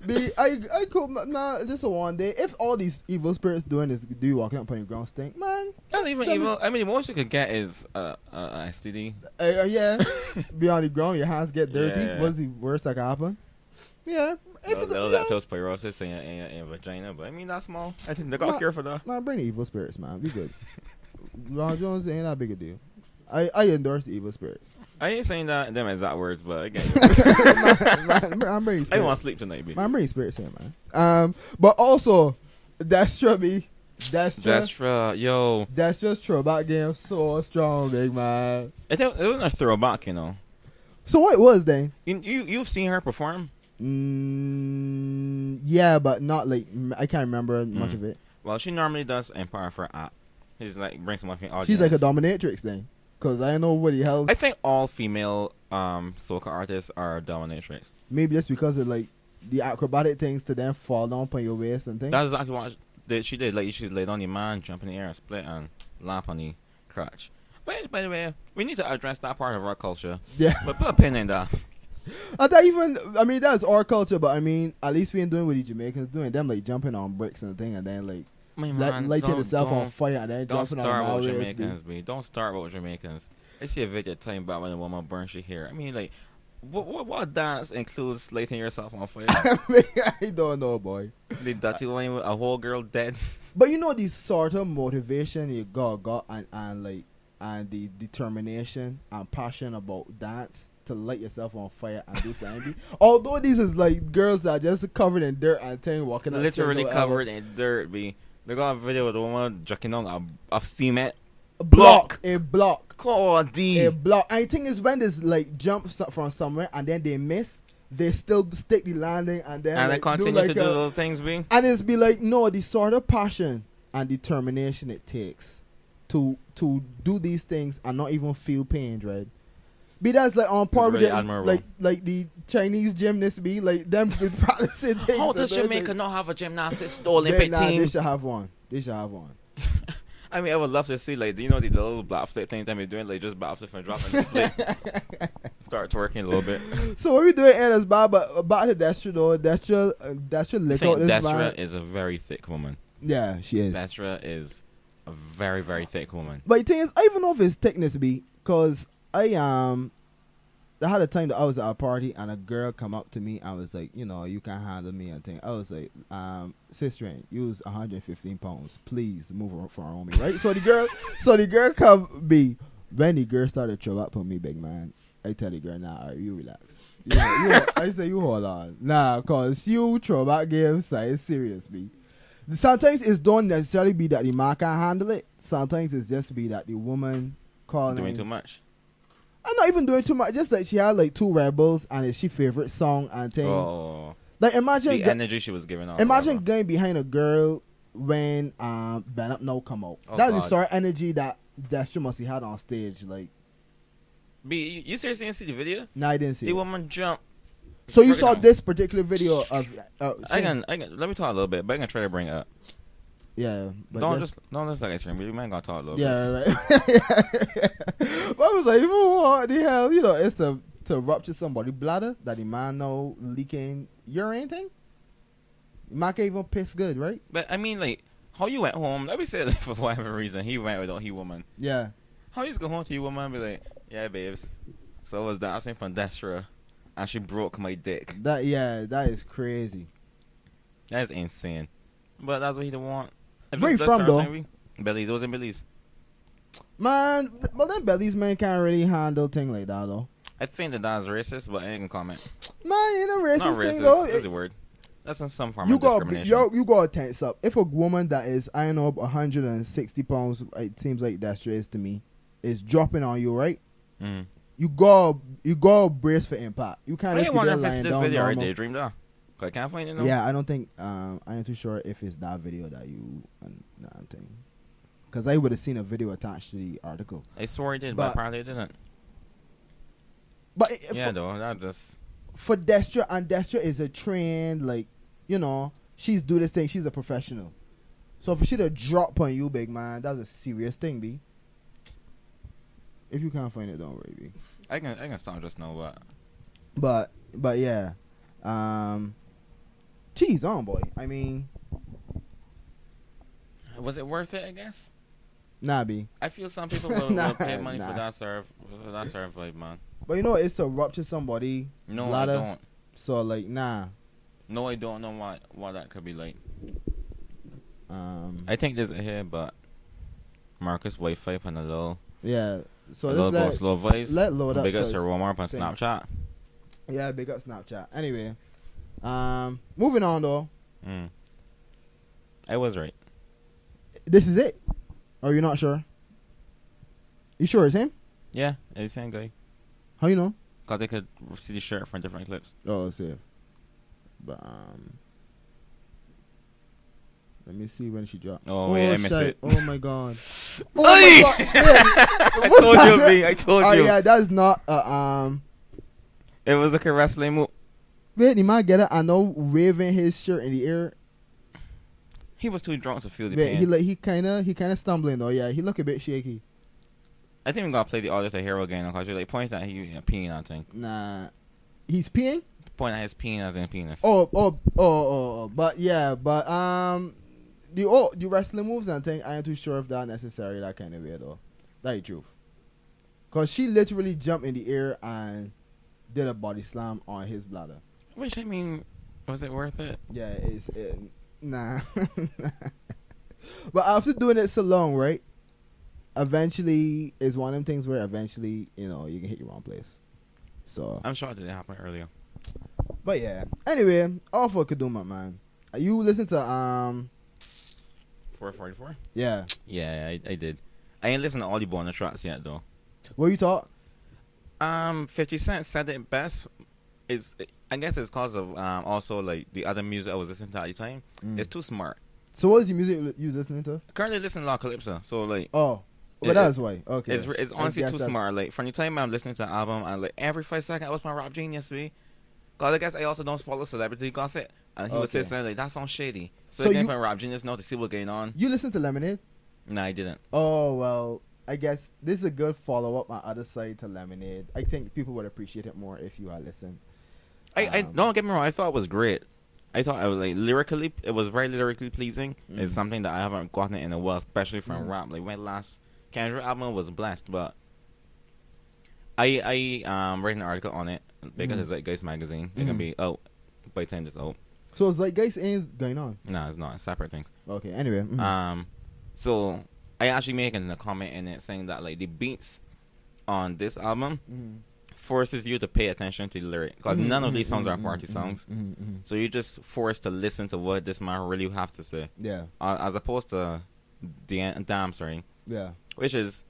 Speaker 1: Be I I could nah just a one day. If all these evil spirits doing is do you walking up on your ground stink, man.
Speaker 2: Not even
Speaker 1: That
Speaker 2: evil. I mean, the most you could get is uh, uh, uh, STD.
Speaker 1: Uh, yeah, be on the ground, your hands get dirty.
Speaker 2: Yeah.
Speaker 1: What's the worst that can happen? Yeah, if
Speaker 2: Little,
Speaker 1: it-
Speaker 2: little
Speaker 1: yeah.
Speaker 2: lactose pyrosis in, in, in vagina, but I mean that's small. I think they got
Speaker 1: Ma-
Speaker 2: a cure for that.
Speaker 1: Man, bring the evil spirits, man. Be good. Ron Jones ain't that big a deal. I, I endorse the evil spirits.
Speaker 2: I ain't saying that them exact words, but again,
Speaker 1: man, man, I'm bringing
Speaker 2: I want
Speaker 1: spirits.
Speaker 2: to sleep tonight, baby.
Speaker 1: Man, I'm bringing spirits here, man. Um, but also, that's true, be that's true. That's,
Speaker 2: That's right, yo.
Speaker 1: just true about game so strong, big man.
Speaker 2: It, it wasn't a throwback, you know.
Speaker 1: So what it was then?
Speaker 2: You, you you've seen her perform.
Speaker 1: Mm, yeah, but not like m- I can't remember much
Speaker 2: Mm.
Speaker 1: of it.
Speaker 2: Well, she normally does empower for app. She's like brings some audience.
Speaker 1: She's like a dominatrix thing, cause I know what the hell.
Speaker 2: Oh, I think all female um soca artists are dominatrix.
Speaker 1: Maybe just because of like the acrobatic things to then fall down on your waist and things.
Speaker 2: That's exactly what that she did. Like she's laid on the man, jump in the air, and split and lap on the crotch. Which, by the way, we need to address that part of our culture.
Speaker 1: yeah.
Speaker 2: But put a pin in that.
Speaker 1: I thought even I mean that's our culture, but I mean at least we ain't doing what the Jamaicans doing. Them like jumping on bricks and thing, and then like
Speaker 2: My
Speaker 1: light
Speaker 2: man,
Speaker 1: lighting
Speaker 2: don't,
Speaker 1: itself on
Speaker 2: don't,
Speaker 1: fire and then
Speaker 2: don't
Speaker 1: jumping on
Speaker 2: start
Speaker 1: Maoris,
Speaker 2: with Jamaicans, B. Don't start with Jamaicans. I see a video telling about when a woman burns her hair. I mean, like, what what, what dance includes lighting yourself on fire?
Speaker 1: dude. I don't know, boy.
Speaker 2: the dirty one with a whole girl dead.
Speaker 1: But you know the sort of motivation you got got and, and like and the determination and passion about dance to light yourself on fire and do something. Although these is like girls that are just covered in dirt and thing walking out
Speaker 2: literally
Speaker 1: saying no, uh,
Speaker 2: covered in dirt. Be They got a video of the woman jerking on a, a cement
Speaker 1: block, a block,
Speaker 2: Call D.
Speaker 1: a block. And the thing is, when they like jump so- from somewhere and then they miss, they still stick the landing and then
Speaker 2: and they
Speaker 1: like,
Speaker 2: continue
Speaker 1: do, like,
Speaker 2: to do
Speaker 1: a-
Speaker 2: those things, being.
Speaker 1: And it's be like, no, the sort of passion and determination it takes to to do these things and not even feel pain, right? Be that's like on par with
Speaker 2: really
Speaker 1: the,
Speaker 2: admirable.
Speaker 1: like like the Chinese gymnasts be like them be practicing things.
Speaker 2: How
Speaker 1: and
Speaker 2: does
Speaker 1: those
Speaker 2: Jamaica
Speaker 1: things.
Speaker 2: not have a gymnastics
Speaker 1: They-
Speaker 2: Olympic
Speaker 1: nah,
Speaker 2: team?
Speaker 1: They should have one. They should have one.
Speaker 2: I mean, I would love to see like do you know the little backflip things that we're doing, like just backflip and drop and just, like, start twerking a little bit.
Speaker 1: So what we doing here is bad, but about the Destra though, Destra, uh, Destra
Speaker 2: I
Speaker 1: lick
Speaker 2: think
Speaker 1: out this
Speaker 2: Destra
Speaker 1: man.
Speaker 2: is a very thick woman.
Speaker 1: Yeah, she is.
Speaker 2: Destra is a very very thick woman.
Speaker 1: But the thing is, I even know if it's thickness be, cause I um, I had a time that I was at a party and a girl come up to me. I was like, you know, you can handle me and thing. I was like, um, sister, use 115 pounds, please move ar- from around me, right? so the girl, so the girl come be. When the girl started throw up on me, big man, I tell the girl, nah, alright, you relax. You, you, I say you hold on, nah, cause you throw back games, I serious, me. Sometimes it's don't necessarily be that the man can't handle it. Sometimes it's just be that the woman calling.
Speaker 2: Doing too much.
Speaker 1: I'm not even doing too much. Just like she had like two rebels and it's she favorite song and thing.
Speaker 2: Oh,
Speaker 1: Like imagine,
Speaker 2: the
Speaker 1: go-
Speaker 2: energy she was giving off.
Speaker 1: imagine
Speaker 2: however.
Speaker 1: going behind a girl when um Ben Up No come out.
Speaker 2: Oh,
Speaker 1: That's the
Speaker 2: God.
Speaker 1: sort of energy that Destro must have had on stage. Like,
Speaker 2: B, you, you seriously didn't see the video?
Speaker 1: nah, I didn't see.
Speaker 2: The
Speaker 1: it.
Speaker 2: woman jumped.
Speaker 1: So you
Speaker 2: Break it
Speaker 1: saw
Speaker 2: down.
Speaker 1: this particular video of. Uh,
Speaker 2: I
Speaker 1: sing-
Speaker 2: can, I can. Let me talk a little bit, but I can try to bring it up.
Speaker 1: Yeah, but
Speaker 2: don't
Speaker 1: just-
Speaker 2: just, don't just like ice cream. You might gotta talk a little bit.
Speaker 1: Yeah, right. but I was like, what the hell? You know, it's to to rupture somebody bladder that the man know leaking urine thing. The man can't even piss good, right?
Speaker 2: But I mean, like, how you went home? Let me say that for whatever reason, he went without he woman.
Speaker 1: Yeah.
Speaker 2: How you just go home to your woman and be like, yeah, babes. So I was dancing from Destra, and she broke my dick.
Speaker 1: That yeah, that is crazy.
Speaker 2: That's insane. But that's what he didn't want. If
Speaker 1: Where
Speaker 2: it's
Speaker 1: you
Speaker 2: that
Speaker 1: from,
Speaker 2: sort of
Speaker 1: though?
Speaker 2: thing, we- Belize. It was in Belize.
Speaker 1: Man, th- but then Belly's man can't really handle thing like that though.
Speaker 2: I think that that's racist, but I ain't gonna comment.
Speaker 1: Man, you know racist,
Speaker 2: Not
Speaker 1: thing though.
Speaker 2: racist. That's
Speaker 1: it-
Speaker 2: a word. That's in some form
Speaker 1: You
Speaker 2: of
Speaker 1: got
Speaker 2: discrimination.
Speaker 1: you, you got tense up. If a woman that is I don't know 160 pounds, it seems like that's straight to me, is dropping on you, right?
Speaker 2: Mm.
Speaker 1: you go you go brace for impact. You
Speaker 2: I
Speaker 1: can't
Speaker 2: ain't
Speaker 1: just be
Speaker 2: wonder
Speaker 1: there
Speaker 2: if it's
Speaker 1: lying
Speaker 2: this
Speaker 1: down
Speaker 2: video right
Speaker 1: normal.
Speaker 2: there, Dream Down. I can't find it now.
Speaker 1: Yeah, I don't think um I ain't too sure if it's that video that you and that thing. Cause I would have seen a video attached to the article.
Speaker 2: I swore I did,
Speaker 1: But-
Speaker 2: but, apparently I didn't.
Speaker 1: But it,
Speaker 2: Yeah,
Speaker 1: for,
Speaker 2: though. That just.
Speaker 1: for Destra and Destra is a trend, like, you know, she's do this thing, she's a professional. So for she to drop on you, big man, that's a serious thing, B. If you can't find it, don't worry, B.
Speaker 2: I can I can stop just now, but
Speaker 1: But but yeah, um, geez, on boy. I mean,
Speaker 2: was it worth it? I guess.
Speaker 1: nah, be.
Speaker 2: I feel some people will,
Speaker 1: Nah,
Speaker 2: will pay money
Speaker 1: nah.
Speaker 2: for that serve for that serve like man.
Speaker 1: But you know, what, it's to rupture somebody.
Speaker 2: No,
Speaker 1: Lotta-
Speaker 2: I don't.
Speaker 1: So like, nah.
Speaker 2: No, I don't know what what that could be like.
Speaker 1: Um,
Speaker 2: I think there's a here, but Marcus Wi-Fi and a little
Speaker 1: yeah. So
Speaker 2: a little go
Speaker 1: let's
Speaker 2: slow voice.
Speaker 1: let, let load up.
Speaker 2: Big up
Speaker 1: 'cause-
Speaker 2: Sir Walmart on
Speaker 1: thing.
Speaker 2: Snapchat.
Speaker 1: yeah, big up Snapchat. Anyway, um, moving on though.
Speaker 2: Mm. I was right.
Speaker 1: This is it. Are you not sure? You sure it's him?
Speaker 2: Yeah, it's the same guy.
Speaker 1: How you know?
Speaker 2: Cause I could see the shirt from different clips.
Speaker 1: Oh, let's see. But um, let me see when she dropped.
Speaker 2: Oh, wait, I missed
Speaker 1: shite.
Speaker 2: it.
Speaker 1: Oh my god. Oh
Speaker 2: Hey!
Speaker 1: my god. Yeah.
Speaker 2: I
Speaker 1: What's
Speaker 2: told
Speaker 1: that?
Speaker 2: you, B. I told
Speaker 1: Oh
Speaker 2: you.
Speaker 1: yeah, that's not uh, um.
Speaker 2: It was like a wrestling move.
Speaker 1: Wait, the man get it. I know waving his shirt in the air.
Speaker 2: He was too drunk to feel the
Speaker 1: Wait,
Speaker 2: pain.
Speaker 1: he like he kind of he kind of stumbling though. Yeah, he look a bit shaky.
Speaker 2: I think we gotta play the audio to hero again because you like point that he yeah, peeing on thing.
Speaker 1: Nah, he's peeing.
Speaker 2: Point at his penis and penis.
Speaker 1: Oh, oh, oh, oh, oh. But yeah, but um, the oh the wrestling moves and thing. I ain't too sure if that necessary that kind of way though. That the truth. Cause she literally jumped in the air and did a body slam on his bladder.
Speaker 2: Which I mean, was it worth it?
Speaker 1: Yeah, it's it, nah. but after doing it so long, right? Eventually, it's one of them things where eventually, you know, you can hit your wrong place. So,
Speaker 2: I'm sure it didn't happen earlier.
Speaker 1: but Uh, yeah. Anyway, all for Kaduma, man. You listen to um,
Speaker 2: Four forty four.
Speaker 1: Yeah.
Speaker 2: Yeah, I, I did. I ain't listened to all the bonus tracks yet though.
Speaker 1: What you thought?
Speaker 2: Um, Fifty Cent said it best. Is I guess it's cause of um also like the other music I was listening to at the time.
Speaker 1: Mm.
Speaker 2: It's too smart.
Speaker 1: So what is the music li- you was listening to?
Speaker 2: Currently listening to La Calypso, so like
Speaker 1: Oh,
Speaker 2: Yeah,
Speaker 1: but that's why. Okay.
Speaker 2: it's it's honestly
Speaker 1: Yes,
Speaker 2: too
Speaker 1: that's-
Speaker 2: smart. Like from the time I'm listening to the album, I like every five seconds I was my rap genius be. Cause I guess I also don't follow celebrity gossip, and he would say
Speaker 1: Okay.
Speaker 2: something like that sounds shady. So,
Speaker 1: So
Speaker 2: I came
Speaker 1: you-
Speaker 2: from rap genius now to see what's going on.
Speaker 1: You listen to Lemonade?
Speaker 2: No, I didn't.
Speaker 1: Oh well, I guess this is a good follow up on other side to Lemonade. I think people would appreciate it more if you had listened.
Speaker 2: I, I
Speaker 1: Um,
Speaker 2: don't get me wrong. I thought it was great. I thought it was like lyrically, it was very lyrically pleasing. It's
Speaker 1: Mm.
Speaker 2: something that I haven't gotten in a while, especially from
Speaker 1: Mm.
Speaker 2: rap. Like my last Kendrick album was blessed, but I I um read an article on it because
Speaker 1: Mm.
Speaker 2: it's like Guys magazine. It can
Speaker 1: Mm.
Speaker 2: be out by the time oh, it's out.
Speaker 1: So it's like guys, ain't going on.
Speaker 2: No, it's not. It's separate thing.
Speaker 1: Okay. Anyway. mhm.
Speaker 2: Um, so I actually making a comment in it saying that like the beats on this album
Speaker 1: Mhm.
Speaker 2: forces you to pay attention to the lyric because
Speaker 1: Mhm,
Speaker 2: none of
Speaker 1: mhm,
Speaker 2: these songs
Speaker 1: mhm,
Speaker 2: are
Speaker 1: mhm,
Speaker 2: party
Speaker 1: mhm,
Speaker 2: songs.
Speaker 1: mhm, mhm.
Speaker 2: So you're just forced to listen to what this man really have to say,
Speaker 1: Yeah.
Speaker 2: uh, as opposed to the damn sorry,
Speaker 1: Yeah.
Speaker 2: which is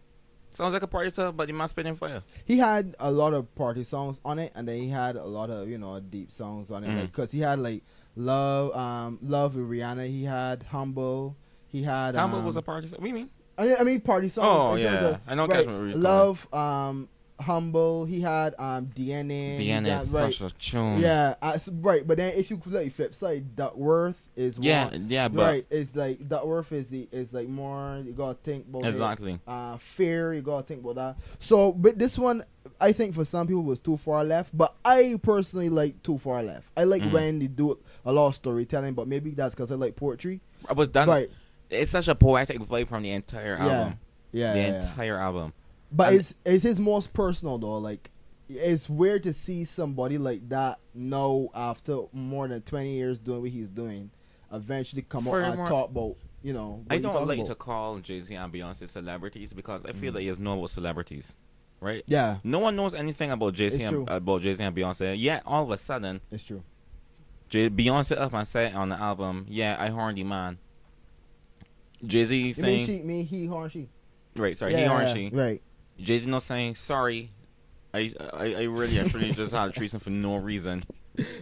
Speaker 2: sounds like a party to, but you must spit in fire.
Speaker 1: He had a lot of party songs on it, and then he had a lot of you know deep songs on it,
Speaker 2: Mm.
Speaker 1: like because he had like love, um, love with Rihanna. He had humble. He had
Speaker 2: How much
Speaker 1: um,
Speaker 2: was a party? Song? What do you mean?
Speaker 1: I mean, I mean party songs.
Speaker 2: Oh,
Speaker 1: in terms
Speaker 2: yeah.
Speaker 1: of-
Speaker 2: I know
Speaker 1: right,
Speaker 2: Catherine Reed Cole.
Speaker 1: Love, um, humble. He had um, DNA. he
Speaker 2: Deanna
Speaker 1: got-
Speaker 2: is
Speaker 1: right,
Speaker 2: such a tune.
Speaker 1: Yeah, uh, s- right. But then if you look, you flip side, Duckworth is
Speaker 2: yeah,
Speaker 1: one.
Speaker 2: yeah, but
Speaker 1: right. It's like Duckworth is the is like more. You gotta think about it.
Speaker 2: exactly.
Speaker 1: Uh, fear. You gotta think about that. So, but this one, I think for some people was too far left. But I personally like too far left. I like
Speaker 2: Mm.
Speaker 1: when they do a lot of storytelling. But maybe that's because I like poetry.
Speaker 2: I was done.
Speaker 1: right.
Speaker 2: It's such a poetic vibe from the entire
Speaker 1: Yeah.
Speaker 2: album.
Speaker 1: Yeah.
Speaker 2: the
Speaker 1: yeah, yeah.
Speaker 2: entire album.
Speaker 1: But
Speaker 2: And-
Speaker 1: it's it's his most personal though. Like it's weird to see somebody like that now after more than twenty years doing what he's doing, eventually come out
Speaker 2: Furthermore,
Speaker 1: and talk about you know. what
Speaker 2: I
Speaker 1: he
Speaker 2: don't
Speaker 1: talking
Speaker 2: like to
Speaker 1: about. Mm.
Speaker 2: call Jay Z and Beyonce celebrities because I feel like it's normal celebrities, right?
Speaker 1: Yeah,
Speaker 2: No one knows anything about Jay Z
Speaker 1: It's true.
Speaker 2: and about Jay Z and Beyonce. Yet all of a sudden,
Speaker 1: it's true.
Speaker 2: Jay- Beyonce up and said on the album, "Yeah, I horny man." Jay Z
Speaker 1: You mean
Speaker 2: saying,
Speaker 1: she, me, he, her, and she.
Speaker 2: "Right, sorry,
Speaker 1: yeah,
Speaker 2: he or
Speaker 1: yeah,
Speaker 2: she."
Speaker 1: Right.
Speaker 2: Jay Z not saying, "Sorry, I, I, I really actually just had a threesome for no reason.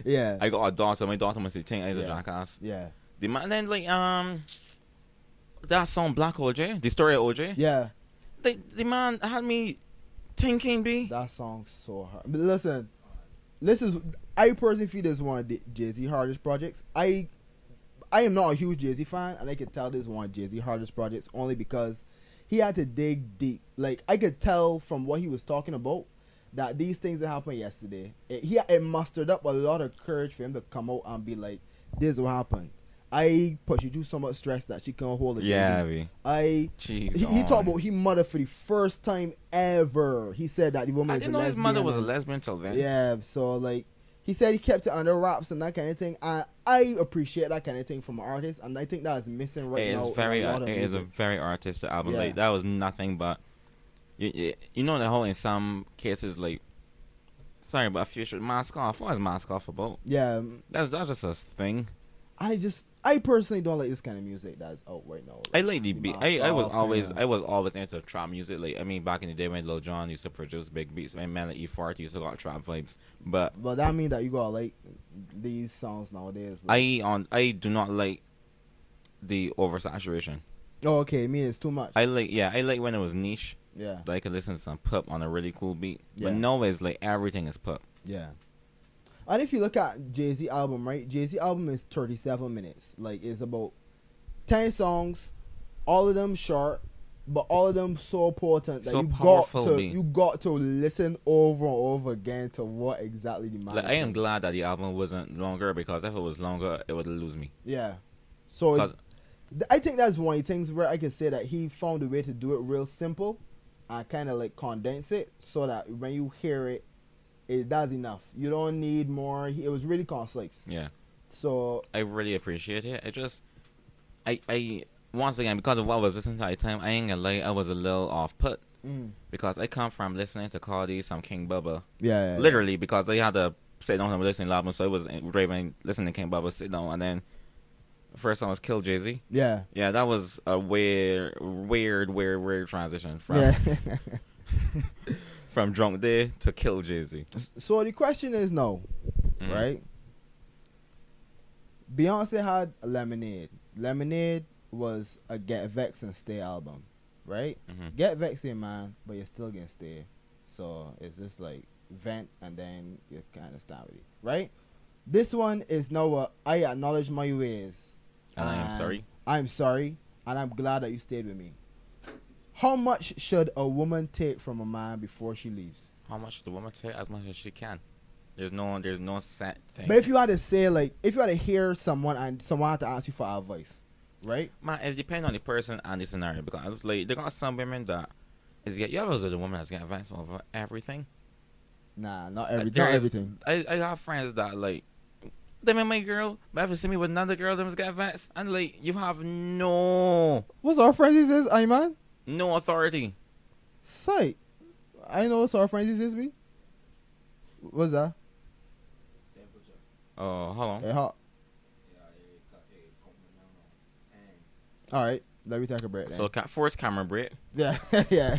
Speaker 1: Yeah.
Speaker 2: I got a daughter. My daughter must be ten. I's a
Speaker 1: Yeah.
Speaker 2: jackass."
Speaker 1: yeah.
Speaker 2: The man then like um, that song Black OJ, the story of OJ.
Speaker 1: Yeah.
Speaker 2: The the man had me thinking, be
Speaker 1: That song's so hard. But listen, this is I personally feel this is one of the Jay Z hardest projects. I I am not a huge Jay Z fan, and I could tell this is one of Jay Z hardest projects only because he had to dig deep. Like I could tell from what he was talking about that these things that happened yesterday, it, he it mustered up a lot of courage for him to come out and be like, "This is what happened." I put you through so much stress that she can't hold it.
Speaker 2: yeah, be
Speaker 1: I
Speaker 2: jeez.
Speaker 1: he, he talked
Speaker 2: on.
Speaker 1: about he mother for the first time ever. He said that the woman.
Speaker 2: I
Speaker 1: is
Speaker 2: didn't
Speaker 1: a
Speaker 2: know his
Speaker 1: lesbian
Speaker 2: mother was a
Speaker 1: and-
Speaker 2: lesbian till then.
Speaker 1: Yeah, so like he said he kept it under wraps and that kind of thing. And I appreciate that kind of thing from an artist, and I think that is missing right
Speaker 2: it
Speaker 1: now.
Speaker 2: is very
Speaker 1: in a
Speaker 2: uh,
Speaker 1: lot of
Speaker 2: it is a
Speaker 1: music.
Speaker 2: very artistic album.
Speaker 1: Yeah.
Speaker 2: Like that was nothing but you, you, you know the whole in some cases like sorry but future mask off. What is mask off about?
Speaker 1: yeah. um,
Speaker 2: That's that's just a thing.
Speaker 1: I just I personally don't like this kind of music that's out right now.
Speaker 2: I like the beat. I, I was
Speaker 1: Mask Off,
Speaker 2: always
Speaker 1: yeah.
Speaker 2: I was always into trap music. Like I mean back in the day when Lil Jon used to produce big beats, when Melody Fart used to got trap vibes. But
Speaker 1: but that means that you gotta like these songs nowadays. Like,
Speaker 2: I on I do not like the oversaturation.
Speaker 1: oh, okay, me it's too much.
Speaker 2: I like yeah I like when it was niche.
Speaker 1: yeah,
Speaker 2: Like I could listen to some pop on a really cool beat. But
Speaker 1: Yeah.
Speaker 2: now it's like everything is pop.
Speaker 1: Yeah. And if you look at Jay Z album, right? Jay Z album is thirty seven minutes. Like it's about ten songs, all of them short, but all of them so important that
Speaker 2: So
Speaker 1: you
Speaker 2: powerful,
Speaker 1: got to
Speaker 2: B.
Speaker 1: you got to listen over and over again to what exactly the man.
Speaker 2: Like,
Speaker 1: is
Speaker 2: I am
Speaker 1: saying.
Speaker 2: glad that the album wasn't longer because if it was longer, it would lose me.
Speaker 1: Yeah. So it-
Speaker 2: 'Cause-
Speaker 1: th- I think that's one of the things where I can say that he found a way to do it real simple and kind of like condense it so that when you hear it, it does enough. You don't need more. He- It was really concise.
Speaker 2: Yeah,
Speaker 1: So
Speaker 2: I really appreciate it. I just, I, I once again because of what I was listening to at the time, I ain't gonna lie, I was a little off put
Speaker 1: mm.
Speaker 2: because I come from listening to Cardi, some King Bubba,
Speaker 1: Yeah, yeah, yeah.
Speaker 2: literally because they had to sit down and listen to the album, so it was Raven listening to King Bubba sit down and then first song was Kill Jay Z.
Speaker 1: Yeah.
Speaker 2: Yeah, that was a weird, weird, weird, weird transition from
Speaker 1: Yeah.
Speaker 2: from Drunk Day to Kill Jay Z.
Speaker 1: so the question is no,
Speaker 2: Mm.
Speaker 1: Mm-hmm. right? Beyonce had Lemonade. Lemonade was a Get Vexed and Stay album, right?
Speaker 2: Mm-hmm.
Speaker 1: Get vexed, in, man, but you're still gonna stay. So it's just like vent and then you kind of start with it, right? This one is now what I acknowledge my ways.
Speaker 2: And I am sorry.
Speaker 1: I'm sorry, and I'm glad that you stayed with me. How much should a woman take from a man before she leaves?
Speaker 2: How much the woman take? As much as she can. There's no, there's no set thing.
Speaker 1: But if you had to say, like, if you had to hear someone and someone had to ask you for advice, right?
Speaker 2: Man, it depends on the person and the scenario because it's like they got some women that is get yellows are the woman that's getting advanced over everything.
Speaker 1: Nah, not
Speaker 2: Like,
Speaker 1: every,
Speaker 2: there
Speaker 1: not
Speaker 2: is-
Speaker 1: everything.
Speaker 2: I, I have friends that like them and my girl, but if you see me with another girl, them's get advanced and like you have no
Speaker 1: What's our friends is this, I man?
Speaker 2: no authority.
Speaker 1: Sight. I know what's our friends is this be. What's that?
Speaker 2: Oh, hold on.
Speaker 1: Hey, how- All right, let me take a break. Then.
Speaker 2: So ca- force camera break.
Speaker 1: yeah, yeah.